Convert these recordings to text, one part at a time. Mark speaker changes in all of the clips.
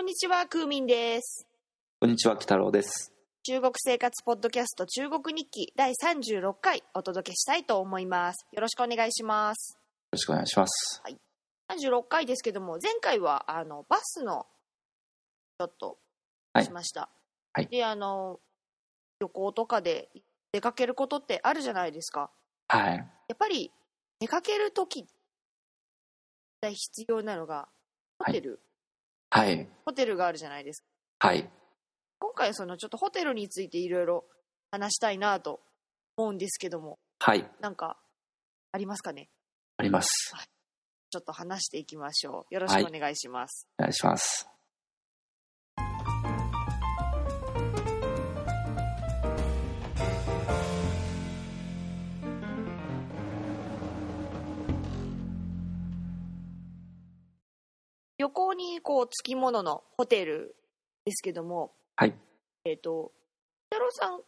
Speaker 1: んにちは、クーミンです。
Speaker 2: こんにちは、鬼太郎です。
Speaker 1: 中国生活ポッドキャスト中国日記第36回お届けしたいと思います。よろしくお願いします。
Speaker 2: よろしくお願いします。
Speaker 1: 36回ですけども、前回はあのバスのちょっと
Speaker 2: はい
Speaker 1: しました。
Speaker 2: はい
Speaker 1: で、あの旅行とかで出かけることってあるじゃないですか。
Speaker 2: はい。
Speaker 1: やっぱり出かけるとき必要なのがホテル、
Speaker 2: はい。
Speaker 1: ホテルがあるじゃないですか。
Speaker 2: はい。
Speaker 1: 今回そのちょっとホテルについていろいろ話したいなと思うんですけども
Speaker 2: はい。
Speaker 1: なんかありますかね
Speaker 2: あります。
Speaker 1: ちょっと話していきましょうよろしくお願いします、
Speaker 2: お願いします。
Speaker 1: 旅行にこうつきもののホテルですけども
Speaker 2: はい
Speaker 1: えっ、と太郎さん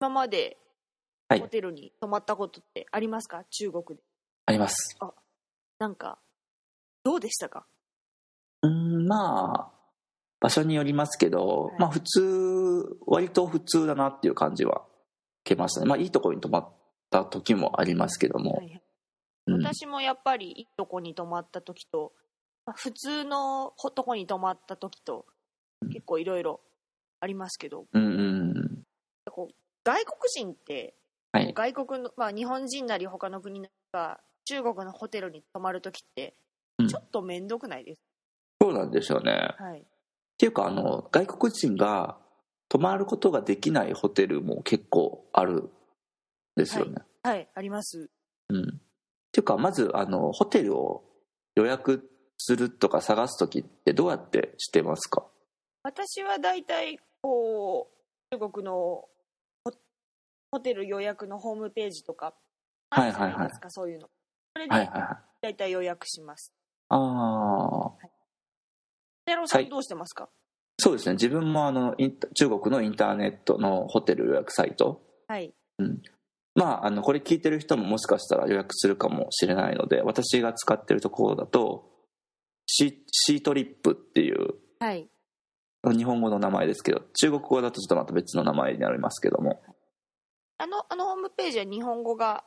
Speaker 1: 今まで
Speaker 2: はい
Speaker 1: ホテルに泊まったことってありますか、中国で
Speaker 2: あります。
Speaker 1: なんかどうでしたか
Speaker 2: うーん、まあ、場所によりますけ
Speaker 1: は
Speaker 2: ど、
Speaker 1: い
Speaker 2: まあ普通、割と普通だなっていう感じは受けましたね。まあいいところに泊まった時もありますけども。
Speaker 1: はいはい
Speaker 2: うん、
Speaker 1: 私もやっぱりいいとこに泊まった時と、まあ普通のほとこに泊まった時と
Speaker 2: うん
Speaker 1: 結構いろいろありますけど
Speaker 2: うんうん。
Speaker 1: 外国人って
Speaker 2: はい。
Speaker 1: 外国の、まあ、日本人なり他の国なりが中国のホテルに泊まる時って
Speaker 2: うん
Speaker 1: ちょっと面倒くないです、
Speaker 2: そうなんですよね。っ
Speaker 1: はい、
Speaker 2: ていうか、あの、外国人が泊まることができないホテルも結構あるんですよね。
Speaker 1: はい、あります
Speaker 2: うん、っていうかまずあのホテルを予約するとか探す時ってどうやってしてますか
Speaker 1: 私は大体こう中国のホホテル予約のホームページとかあるじゃないですか、そういうのそれ
Speaker 2: はいは
Speaker 1: で
Speaker 2: いはい
Speaker 1: 大体予約します、
Speaker 2: ああ
Speaker 1: 寺尾さ
Speaker 2: は
Speaker 1: ん
Speaker 2: い
Speaker 1: どうしてますか
Speaker 2: そうですね自分もあのインタ中国のインターネットのホテル予約サイト
Speaker 1: はい
Speaker 2: まああのこれ聞いてる人ももしかしたら予約するかもしれないので私が使ってるところだとシシートリップっていう
Speaker 1: はい
Speaker 2: 日本語の名前ですけど中国語だとちょっとまた別の名前になりますけども
Speaker 1: あのあのホームページは日本語が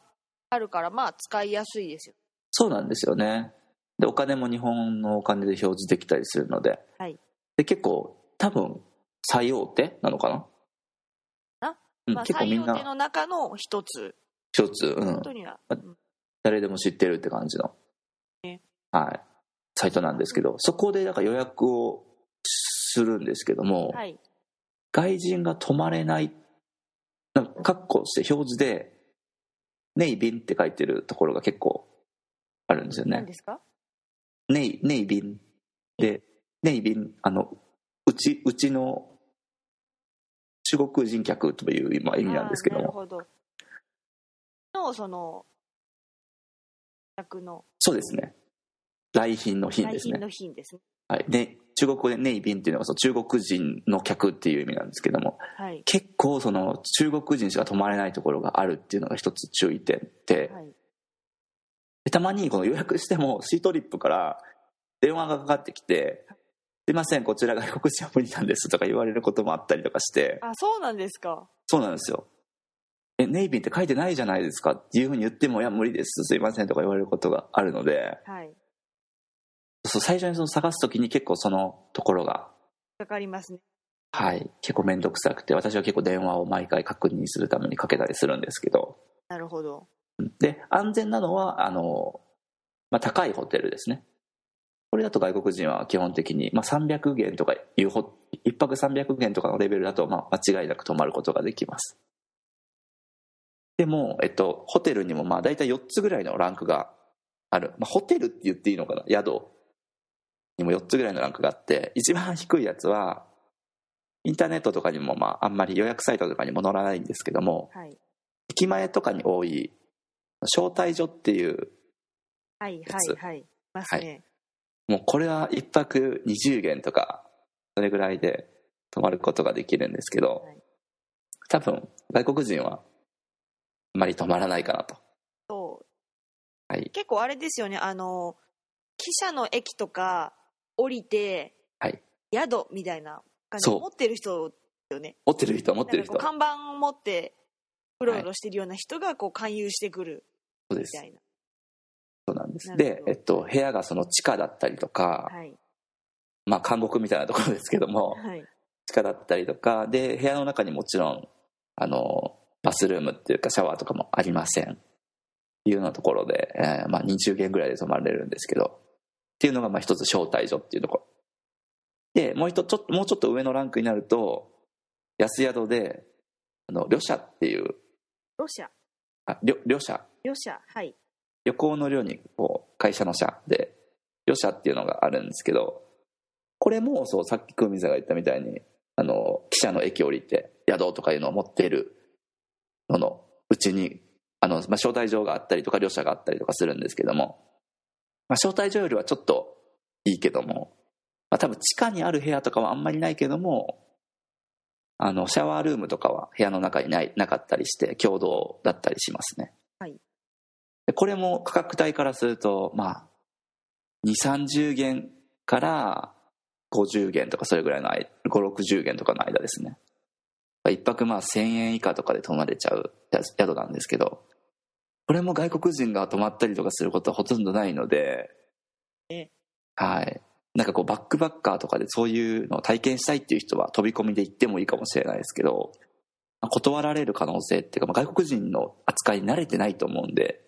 Speaker 1: あるからまあ使いやすいですよ
Speaker 2: そうなんですよね。で、お金も日本のお金で表示できたりするので、
Speaker 1: はい
Speaker 2: で結構、多分最大手なのかな
Speaker 1: あ
Speaker 2: うん
Speaker 1: まあ、
Speaker 2: 結構み
Speaker 1: 最
Speaker 2: ん
Speaker 1: 大手
Speaker 2: な、
Speaker 1: の中の一つ
Speaker 2: 一つ、うん、
Speaker 1: とには、
Speaker 2: あ
Speaker 1: うん
Speaker 2: 誰でも知ってるって感じの、
Speaker 1: ね
Speaker 2: はい、サイトなんですけど、そこでなんか予約をするんですけども、
Speaker 1: はい
Speaker 2: 外人が泊まれない、なんか、括弧して表示で、ネイビンって書いてるところが結構あるんですよね
Speaker 1: 何。ですか
Speaker 2: ネイ、ネイビン。で、ネイビン、あの、うち、うちの、中国人客という今意味なんですけど
Speaker 1: あーなる
Speaker 2: も。
Speaker 1: ほどのその役の
Speaker 2: そうですね。来賓の品
Speaker 1: 来
Speaker 2: です
Speaker 1: 賓
Speaker 2: ね。
Speaker 1: の品ですね
Speaker 2: はい。ね、中国語でネイビンっていうのがその中国人の客っていう意味なんですけども、
Speaker 1: はい
Speaker 2: 結構その中国人しか泊まれないところがあるっていうのが一つ注意点で、
Speaker 1: はい
Speaker 2: でたまにこの予約してもシートリップから電話がかかってきて、すいま せん、こちら外国人は無理なんですとか言われることもあったりとかして、
Speaker 1: あそうなんですか
Speaker 2: そうなんですよ。え、ネイビーって書いてないじゃないですかっていうふうに言っても、いや、無理です、すいませんとか言われることがあるので、
Speaker 1: はい
Speaker 2: そう最初にその探すときに結構そのところが、
Speaker 1: かかりますね
Speaker 2: はい、結構面倒くさくて、私は結構電話を毎回確認するためにかけたりするんですけど、
Speaker 1: なるほど
Speaker 2: で、安全なのは、あの、まあ、高いホテルですね。これだと外国人は基本的に、まあ、300元とかいうほ、一泊300元とかのレベルだと、まあ、間違いなく泊まることができます。でも、えっと、ホテルにも、まあ、大体4つぐらいのランクがある。まあ、ホテルって言っていいのかな宿にも4つぐらいのランクがあって、一番低いやつは、インターネットとかにも、まあ、あんまり予約サイトとかにも載らないんですけども、
Speaker 1: はい
Speaker 2: 駅前とかに多い招待所っていう
Speaker 1: はいは
Speaker 2: やつ
Speaker 1: いはいいますね、
Speaker 2: もうこれは一泊20元とかそれぐらいで泊まることができるんですけど、
Speaker 1: はい
Speaker 2: 多分外国人はあまり泊まらないかなと
Speaker 1: そう
Speaker 2: はい
Speaker 1: 結構あれですよねあの汽車の駅とか降りて、
Speaker 2: はい
Speaker 1: 宿みたいな感じ
Speaker 2: そう
Speaker 1: 持ってる人よね
Speaker 2: 持ってる人持ってる人
Speaker 1: なんかこう看板を持ってうろうろしてるような人がこう勧誘してくる
Speaker 2: そうで
Speaker 1: み
Speaker 2: す
Speaker 1: たいな、
Speaker 2: そうなんです
Speaker 1: なる
Speaker 2: で
Speaker 1: ほ、ど
Speaker 2: えっと、部屋がその地下だったりとか、
Speaker 1: はい
Speaker 2: まあ監獄みたいなところですけども
Speaker 1: はい
Speaker 2: 地下だったりとかで部屋の中にもちろんあのバスルームっていうかシャワーとかもありませんっていうようなところで、えーまあ、20軒ぐらいで泊まれるんですけどっていうのがまあ一つ招待所っていうところでもう一つちょっともうちょっと上のランクになると安宿であの旅社っていう
Speaker 1: ロシア
Speaker 2: あ旅旅社
Speaker 1: ロシアはい
Speaker 2: 旅行の寮にこう会社の社で旅社っていうのがあるんですけどこれもそうさっき久美さんが言ったみたいにあの汽車の駅降りて宿とかいうのを持っているののうちにあの、まあ、招待状があったりとか旅社があったりとかするんですけども、まあ、招待状よりはちょっといいけども、まあ、多分地下にある部屋とかはあんまりないけどもあのシャワールームとかは部屋の中にないなかったりして共同だったりしますね。でこれも価格帯からするとまあ2 3 0元から50元とかそれぐらいの間560元とかの間ですね一泊まあ1000円以下とかで泊まれちゃうや宿なんですけどこれも外国人が泊まったりとかすることはほとんどないので
Speaker 1: え
Speaker 2: はいなんかこうバックバッカーとかでそういうのを体験したいっていう人は飛び込みで行ってもいいかもしれないですけどまあ断られる可能性っていうか、まあ外国人の扱いに慣れてないと思うんで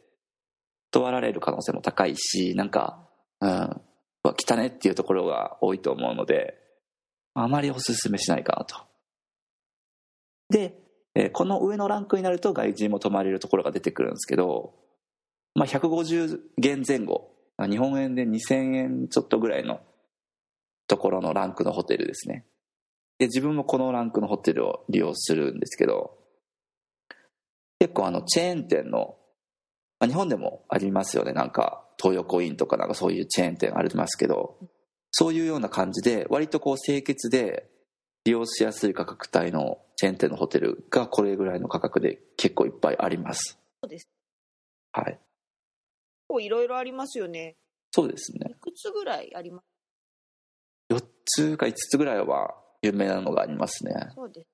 Speaker 2: 断られる可能性も高いしなんか、うん、うわ汚ねっていうところが多いと思うのであまりお勧めしないかなとで、えーこの上のランクになると外人も泊まれるところが出てくるんですけど、まあ、150元前後まあ日本円で2000円ちょっとぐらいのところのランクのホテルですねで自分もこのランクのホテルを利用するんですけど結構あのチェーン店のまあ、日本でもありますよねなんか東横インとかなんかそういうチェーン店ありますけどそういうような感じで割とこう清潔で利用しやすい価格帯のチェーン店のホテルがこれぐらいの価格で結構いっぱいあります
Speaker 1: そうです
Speaker 2: はい
Speaker 1: 結構いろいろありますよね
Speaker 2: そうですね
Speaker 1: いくつぐらいあります
Speaker 2: 4つか5つぐらいは有名なのがありますね
Speaker 1: そうです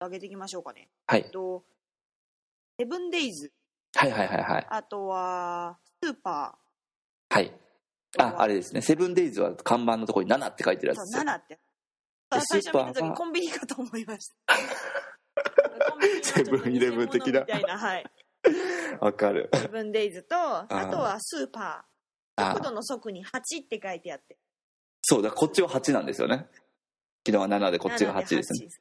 Speaker 1: 上げていきましょうかね
Speaker 2: は
Speaker 1: えっ
Speaker 2: い
Speaker 1: とセブンデイズ
Speaker 2: はいはいはいはい
Speaker 1: あとはスーパ
Speaker 2: はい
Speaker 1: ー
Speaker 2: ああれですねセブンデイズは看板のところに7って書いてるやつですよ
Speaker 1: 7って最初見た
Speaker 2: スーパー
Speaker 1: 時
Speaker 2: は
Speaker 1: コンビニかと思いましたコンビニのちょっと
Speaker 2: セブンイレブン
Speaker 1: 偽
Speaker 2: 的な
Speaker 1: 物みたいな はい
Speaker 2: わかる
Speaker 1: セブンデイズとあとはスーパー
Speaker 2: あ
Speaker 1: 速度の速に8って書いてあって
Speaker 2: そうだこっちは8なんですよね昨日は7でこっちが8ですね
Speaker 1: ね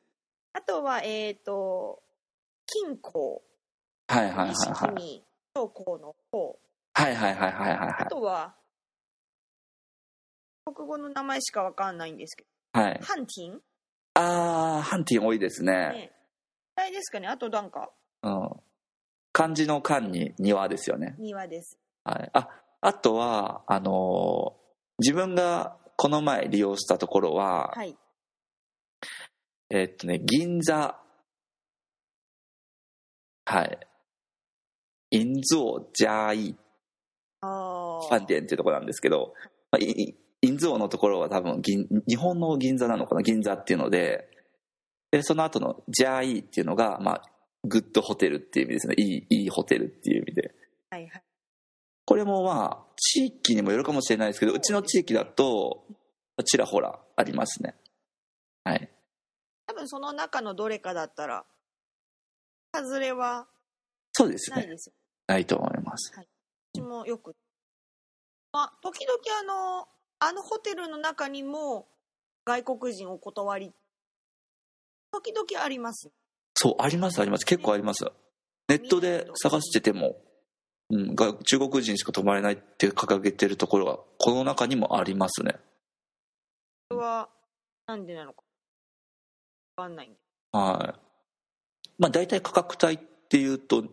Speaker 1: あとはえっ、と金庫
Speaker 2: はいはいはいは
Speaker 1: 錦
Speaker 2: い
Speaker 1: に長江の方
Speaker 2: はいはいはいはいはいはい
Speaker 1: あとは国語の名前しかわかんないんですけ
Speaker 2: はい
Speaker 1: どハンティン
Speaker 2: ああハンティン多いですね
Speaker 1: ねあれですかねあとなんか
Speaker 2: うん漢字の漢に庭ですよね
Speaker 1: 庭です
Speaker 2: はいああとはあのー自分がこの前利用したところは、
Speaker 1: はい
Speaker 2: えーっとね銀座はい銀座ジャーイ
Speaker 1: あ
Speaker 2: ファン
Speaker 1: あ
Speaker 2: デンっていうところなんですけど、まあ、いい銀座のところは多分銀日本の銀座なのかな銀座っていうのででその後の「ジャーイー」っていうのが、まあ、グッドホテルっていう意味ですねいいいいホテルっていう意味で
Speaker 1: はいはい
Speaker 2: これもまあ地域にもよるかもしれないですけどうちの地域だとちらほらありますねはい
Speaker 1: 多分その中のどれかだったら外れは
Speaker 2: そうです
Speaker 1: ない
Speaker 2: ね
Speaker 1: ですよ
Speaker 2: ないと思います
Speaker 1: 私もよくまあ時々あのあのホテルの中にも外国人お断り時々あります
Speaker 2: そうありますあります結構ありますネットで探してても、うん、が中国人しか泊まれないって掲げてるところがこの中にもありますね
Speaker 1: これはなんでなのかわかんないんで
Speaker 2: はいまあ大体価格帯っていうと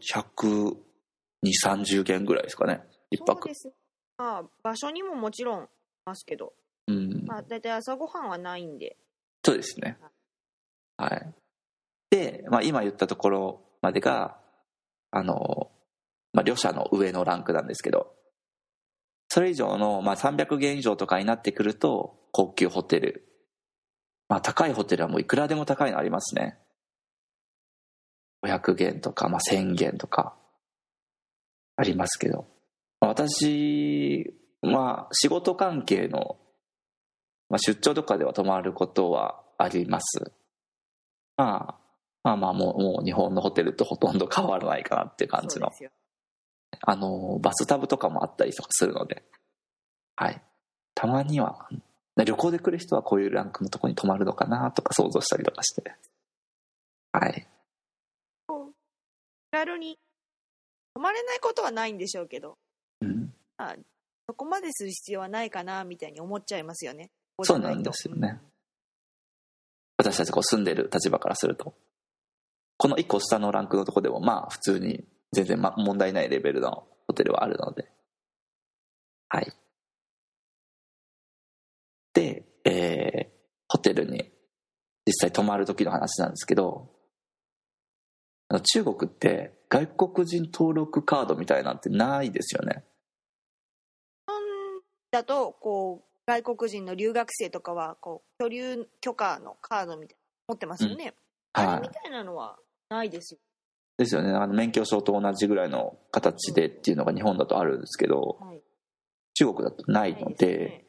Speaker 2: 12030元ぐらいですかね一
Speaker 1: そう
Speaker 2: 泊
Speaker 1: ですまあ場所にももちろんいますけど、
Speaker 2: うん
Speaker 1: まあ、大体朝ごはんはないんで
Speaker 2: そうですねはいで、まあ、今言ったところまでがあの、まあ、旅者の上のランクなんですけどそれ以上の、まあ、300元以上とかになってくると高級ホテルまあ高いホテルはもういくらでも高いのありますね500元とか、まあ、1000元とかありますけどまあ私は仕事関係の、まあ、出張とかでは泊まることはありますまあまあまあもうもう日本のホテルとほとんど変わらないかなっていう感じ
Speaker 1: そう
Speaker 2: の
Speaker 1: ですよ
Speaker 2: あの、バスタブとかもあったりとかするので、はい。たまには、で旅行で来る人はこういうランクのとこに泊まるのかなとか想像したりとかして。はい。
Speaker 1: 気軽に泊まれないことはないんでしょうけど
Speaker 2: うん、
Speaker 1: そこまでする必要はないかなみたいに思っちゃいますよね
Speaker 2: そうなんですよね。私たちこう住んでる立場からすると。この一個下のランクのとこでも、まあ普通に全然ま問題ないレベルのホテルはあるので。はい。で、えーホテルに実際泊まる時の話なんですけど、あの中国って外国人登録カードみたいなんてないですよね。
Speaker 1: 日本だとこう外国人の留学生とかはこう居留許可のカードみたいなの持ってますよね、あれ
Speaker 2: は
Speaker 1: みたいなのはないですよ
Speaker 2: い。ですよね。あの免許証と同じぐらいの形でっていうのが日本だとあるんですけど、
Speaker 1: はい
Speaker 2: 中国だとない
Speaker 1: な
Speaker 2: の
Speaker 1: い
Speaker 2: で、
Speaker 1: すよね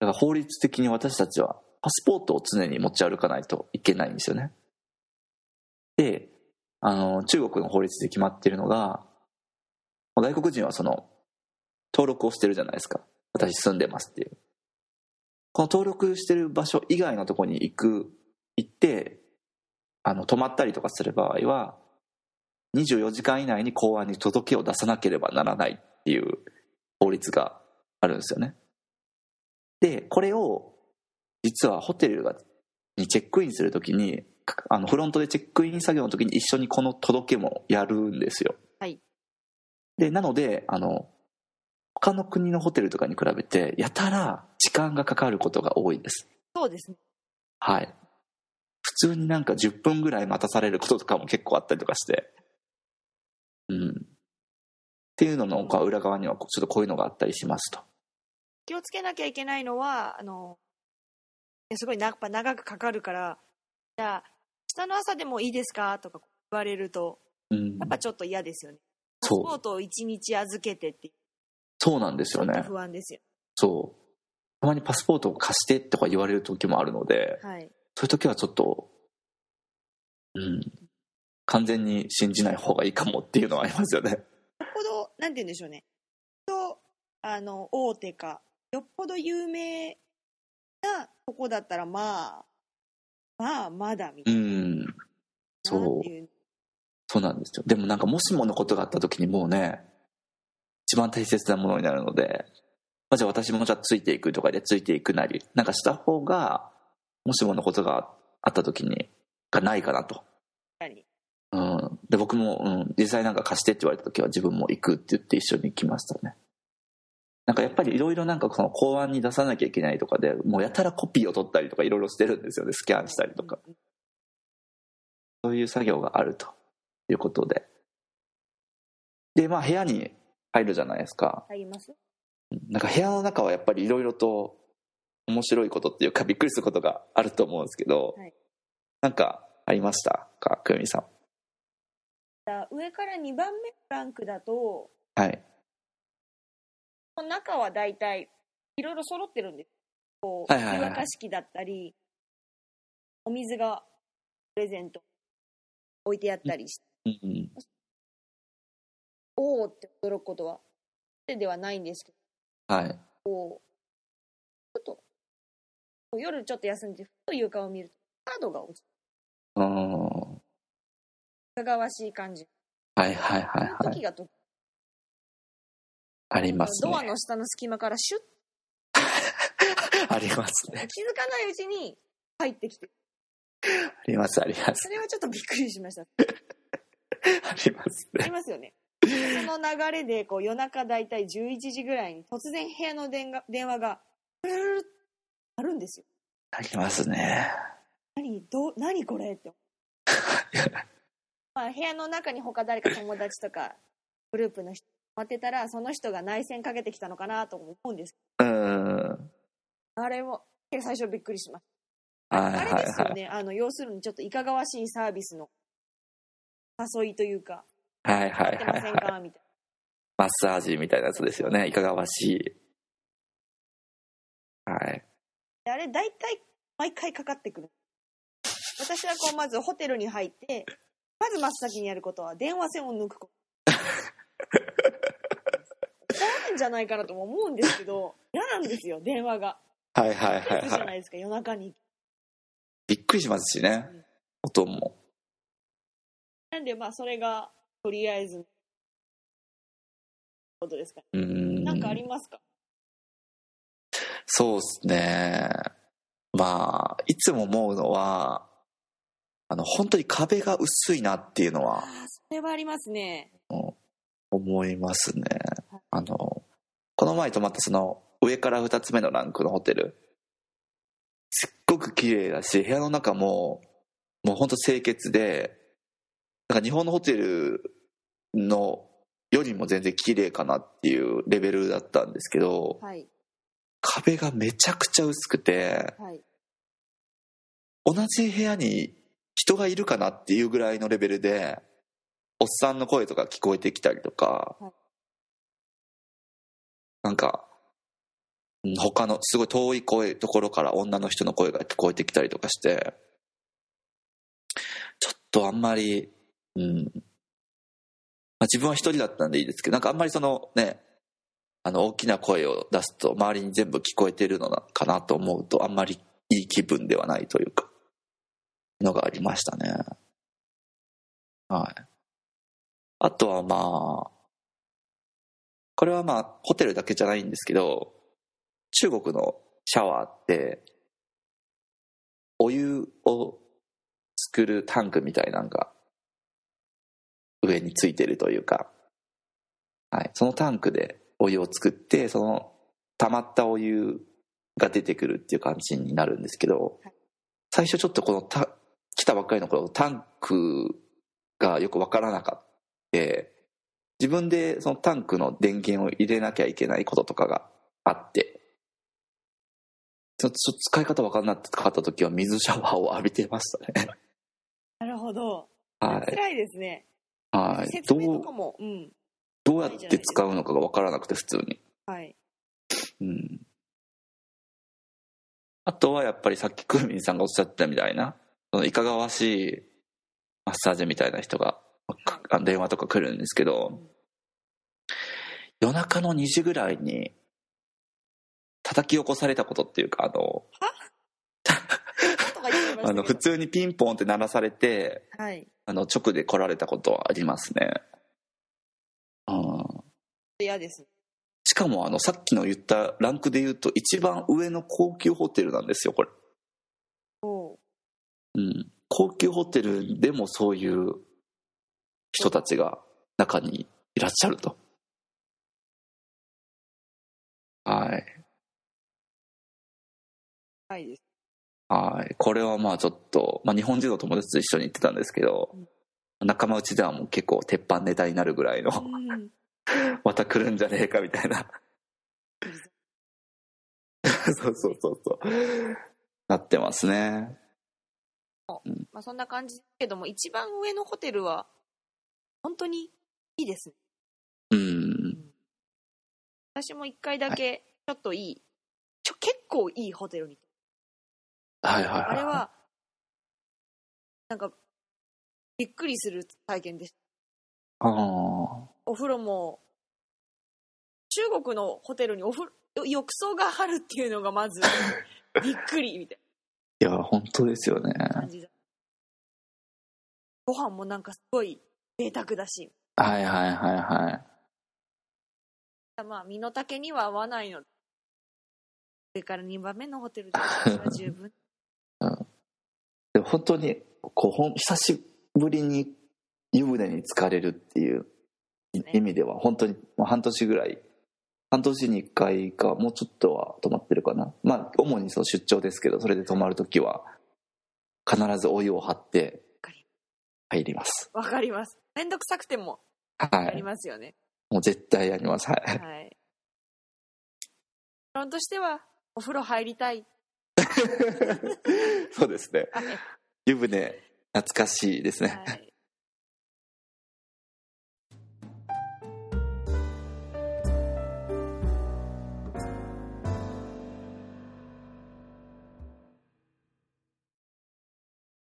Speaker 2: だから法律的に私たちはパスポートを常に持ち歩かないといけないんですよね。で、あの、中国の法律で決まっているのが、まあ外国人はその、登録をしてるじゃないですか。私住んでますっていう。この登録してる場所以外のとこに行く、行って、あの、泊まったりとかする場合は、24時間以内に公安に届けを出さなければならないっていう法律があるんですよね。でこれを実はホテルがにチェックインするときにかあのフロントでチェックイン作業のときに一緒にこの届けもやるんですよ。
Speaker 1: はい
Speaker 2: でなのであの他の国のホテルとかに比べてやたら時間がかかることが多いです。
Speaker 1: そうですね
Speaker 2: はい。普通になんか10分ぐらい待たされることとかも結構あったりとかして。うん。っていうののこう裏側にはこうちょっとこういうのがあったりしますと。
Speaker 1: 気をつけなきゃいけないのはあのいやすごいなやっぱ長くかかるからじゃあ明日の朝でもいいですかとか言われると
Speaker 2: うん
Speaker 1: やっぱちょっと嫌ですよね、パス
Speaker 2: そう
Speaker 1: ポートを1日預けてっていう
Speaker 2: そうなんです
Speaker 1: ちょ
Speaker 2: よ
Speaker 1: っと
Speaker 2: ね。
Speaker 1: 不安ですよ、
Speaker 2: そう。たまにパスポートを貸してとか言われる時もあるので、
Speaker 1: はい、
Speaker 2: そういう時はちょっと、うん、完全に信じない方がいいかもっていうのはありますよね。
Speaker 1: よっぽどなんて言うんでしょうねとあの大手かよっぽど有名なとこだったらまあまあまだみた
Speaker 2: う
Speaker 1: い
Speaker 2: ん、
Speaker 1: ななん
Speaker 2: そう
Speaker 1: ていう
Speaker 2: そうなんですよ。でもなんかもしものことがあった時にもうね、一番大切なものになるので、まあ、じゃあ私もじゃあついていくとかでついていくなり、なんかした方が、もしものことがあった時に、がないかなと。
Speaker 1: かに
Speaker 2: うん、で僕も、うん、実際なんか貸してって言われた時は自分も行くって言って一緒に行きましたねなんかやっぱりいろいろなんかその公安に出さなきゃいけないとかでもうやたらコピーを取ったりとかいろいろしてるんですよねスキャンしたりとか、
Speaker 1: うん
Speaker 2: そういう作業があるということででまあ部屋に入るじゃないですか
Speaker 1: 入ります
Speaker 2: なんか部屋の中はやっぱりいろいろと面白いことっていうかびっくりすることがあると思うんですけど、
Speaker 1: はい
Speaker 2: なんかありましたか久美さん
Speaker 1: だ上から2番目のランクだと
Speaker 2: はい
Speaker 1: 中は大体いろいろ揃ってるんですこう
Speaker 2: はいはいはいはい
Speaker 1: 湯沸かし器だったりお水がプレゼント置いてやったりして、
Speaker 2: うんうん
Speaker 1: おおって驚くことはではないんですけど
Speaker 2: はい
Speaker 1: こうちょっとこう夜ちょっと休んでふと床を見るとカードが落ちて
Speaker 2: うん
Speaker 1: いかがわしい感じ
Speaker 2: はいはいは
Speaker 1: そ
Speaker 2: い
Speaker 1: の
Speaker 2: はい。
Speaker 1: 時がと、
Speaker 2: ありますね
Speaker 1: ド。アの下の隙間からシュッ
Speaker 2: ありますね。
Speaker 1: 気づかないうちに入ってきて
Speaker 2: ありますあります
Speaker 1: それはちょっとびっくりし ました
Speaker 2: あります
Speaker 1: あ
Speaker 2: ね。
Speaker 1: りますよね。その流れでこう夜中大体11時ぐらいに突然部屋の電話電話がプルルルってあるんですよ。
Speaker 2: ありますね。
Speaker 1: 何どう何これ って。まあ部屋の中に他誰か友達とかグループの人待ってたらその人が内線かけてきたのかなとも思うんです
Speaker 2: うん。
Speaker 1: けどあれも最初びっくりしまし
Speaker 2: はい
Speaker 1: た。あ
Speaker 2: は
Speaker 1: れ
Speaker 2: い
Speaker 1: ですよ
Speaker 2: はい
Speaker 1: ね、あの、要するにちょっといかがわしいサービスの誘いというか、
Speaker 2: はいは
Speaker 1: や
Speaker 2: い
Speaker 1: って
Speaker 2: は
Speaker 1: ま
Speaker 2: いは
Speaker 1: せ
Speaker 2: い
Speaker 1: んかみたい
Speaker 2: マッサージみたいなやつですよねいかがわしいはい
Speaker 1: な。であれ、大体、毎回かかってくる。私はこう、まずホテルに入って、まず真っ先にやることは、電話線を抜くこと。怒られんじゃないかなとも思うんですけど、嫌なんですよ、電話が。
Speaker 2: はいはい
Speaker 1: 来
Speaker 2: は
Speaker 1: る
Speaker 2: い
Speaker 1: じゃ
Speaker 2: は
Speaker 1: ないいですか、夜中に。
Speaker 2: びっくりしますしね
Speaker 1: うん
Speaker 2: 音も
Speaker 1: なんで、まあ、それが、とりあえず、ことですかね。
Speaker 2: うーん
Speaker 1: なんかありますか、
Speaker 2: そうですね。まあ、いつも思うのは、あの、本当に壁が薄いなっていうの
Speaker 1: ああ、
Speaker 2: は
Speaker 1: それはありますね。
Speaker 2: 思いますね。あの、この前泊まったその、上から2つ目のランクのホテル。すっごく綺麗だし、部屋の中も、もう本当清潔で、なんか日本のホテルのよりも全然綺麗かなっていうレベルだったんですけど、
Speaker 1: はい、
Speaker 2: 壁がめちゃくちゃ薄くて、
Speaker 1: はい。
Speaker 2: 同じ部屋に人がいるかなっていうぐらいのレベルでおっさんの声とか聞こえてきたりとか、
Speaker 1: はい
Speaker 2: なんかうん他のすごい遠い声ところから女の人の声が聞こえてきたりとかしてちょっとあんまり、うんまあ、自分は一人だったんでいいですけどなんかあんまりそのねあの大きな声を出すと周りに全部聞こえてるのかなと思うとあんまりいい気分ではないというかのがありましたねはいあとはまあこれはまあホテルだけじゃないんですけど中国のシャワーってお湯を作るタンクみたいなのが上についてるというか、はい、そのタンクでお湯を作ってその溜まったお湯が出てくるっていう感じになるんですけど
Speaker 1: はい
Speaker 2: 最初ちょっとこのた来たばっかりの頃タンクがよくわからなかった自分でそのタンクの電源を入れなきゃいけないこととかがあってちょっとちょっと使い方わかんなかった時は水シャワーを浴びてましたね
Speaker 1: なるほど。
Speaker 2: はい、
Speaker 1: 辛いですね。
Speaker 2: はい、
Speaker 1: 説
Speaker 2: ど
Speaker 1: 明と
Speaker 2: う
Speaker 1: かも、うん。
Speaker 2: どうやって使うのかがわからなくて普通に
Speaker 1: はい。
Speaker 2: うんあとはやっぱりさっきクーミンさんがおっしゃってたみたいなそのいかがわしいマッサージみたいな人がかあ電話とか来るんですけど夜中の2時ぐらいに叩き起こされたことっていうかあの
Speaker 1: とか言ってましたけど
Speaker 2: あの普。通にピンポンって鳴らされて
Speaker 1: はい。
Speaker 2: あの直で来られたことはありますね。うん
Speaker 1: 嫌です。
Speaker 2: しかもあのさっきの言ったランクで言うと一番上の高級ホテルなんですよこれ。
Speaker 1: おう
Speaker 2: うん、高級ホテルでもそういう人たちが中にいらっしゃると。はい。
Speaker 1: 辛いです。
Speaker 2: はい。これはまあちょっと、まあ、日本人の友達と一緒に行ってたんですけど、仲間内ではもう結構鉄板ネタになるぐらいの、
Speaker 1: うん。
Speaker 2: また来るんじゃねえかみたいな。 そうそうそうそう。なってますね。
Speaker 1: まあそんな感じですけども、一番上のホテルは、本当にいいですね。
Speaker 2: うん。
Speaker 1: 私も一回だけ、ちょっといい、ちょ結構いいホテルに。
Speaker 2: はいはいはい。
Speaker 1: あれは、なんか、びっくりする体験でした。
Speaker 2: あー
Speaker 1: お風呂も、中国のホテルにお風呂、浴槽があるっていうのが まず、びっくりみたい
Speaker 2: いや、本当ですよね。
Speaker 1: な感じだ。ご飯もなんかすごい贅沢だし、
Speaker 2: はいはいはいはい。
Speaker 1: まあ身の丈には合わないので、上から2番目のホテルで私は十分。
Speaker 2: でも本当にこうほん久しぶりに湯船に浸かれるっていう
Speaker 1: ね
Speaker 2: 意味では本当にまあ半年ぐらい半年に1回かもうちょっとは泊まってるかなまあ主にその出張ですけどそれで泊まる時は必ずお湯を張って
Speaker 1: かり
Speaker 2: 入ります
Speaker 1: わかります。めんどくさくても
Speaker 2: は
Speaker 1: あり
Speaker 2: い
Speaker 1: ますよね。
Speaker 2: もう絶対や りますはい
Speaker 1: はい。結論としては、お風呂入りたい。
Speaker 2: そうですね
Speaker 1: はい
Speaker 2: 湯船懐かしいですね、
Speaker 1: はい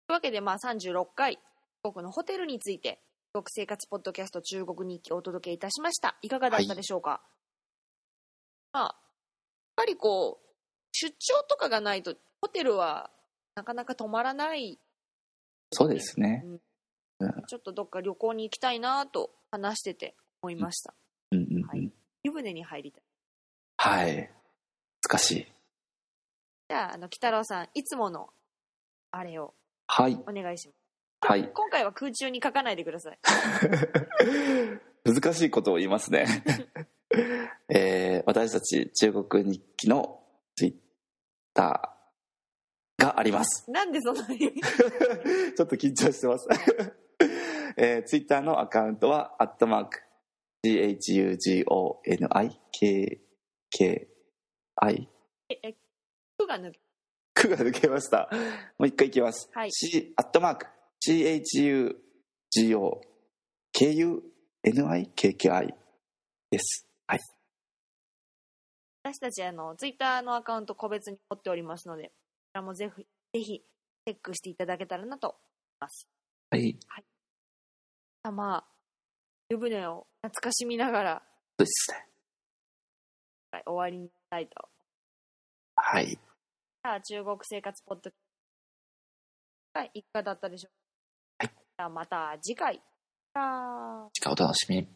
Speaker 1: というわけで、まあ、36回中国のホテルについて中国生活ポッドキャスト中国日記をお届けいたしましたいかがだったでしょうか、まあやっぱりこう出張とかがないとホテルはなかなか泊まらない
Speaker 2: そうですね
Speaker 1: ちょっとどっか旅行に行きたいなと話してて思いました。
Speaker 2: うんうんうん
Speaker 1: はい湯船に入りたい。
Speaker 2: はい、懐かしい
Speaker 1: じゃあ、あの、北郎さん、いつもの、あれを
Speaker 2: はい
Speaker 1: お願いしま
Speaker 2: はい
Speaker 1: す。今回は空中に書かないでください。
Speaker 2: 難しいことを言います ね、えー私たち中国日記のツイッターがあります
Speaker 1: なんでそんなに
Speaker 2: ちょっと緊張してます、 えーツイッターのアカウントはアットマーク GHUGONIKKI
Speaker 1: え、服が抜け、
Speaker 2: 句が抜けましたもう一回いきます、
Speaker 1: はい
Speaker 2: C アットマーク GHUGOKUNIKKI ですはい
Speaker 1: 私たち、あの、ツイッターのアカウント個別に持っておりますので、こちらもぜひ、ぜひ、チェックしていただけたらなと思います。
Speaker 2: はい
Speaker 1: あまあ、湯船を懐かしみながら、
Speaker 2: そうですね
Speaker 1: はい終わりにしたいと。
Speaker 2: はい
Speaker 1: じゃあ、中国生活ポッドキャストはいいかがだったでしょうか。じ
Speaker 2: は
Speaker 1: ゃあ、また次回。さよなら
Speaker 2: 次回お楽しみに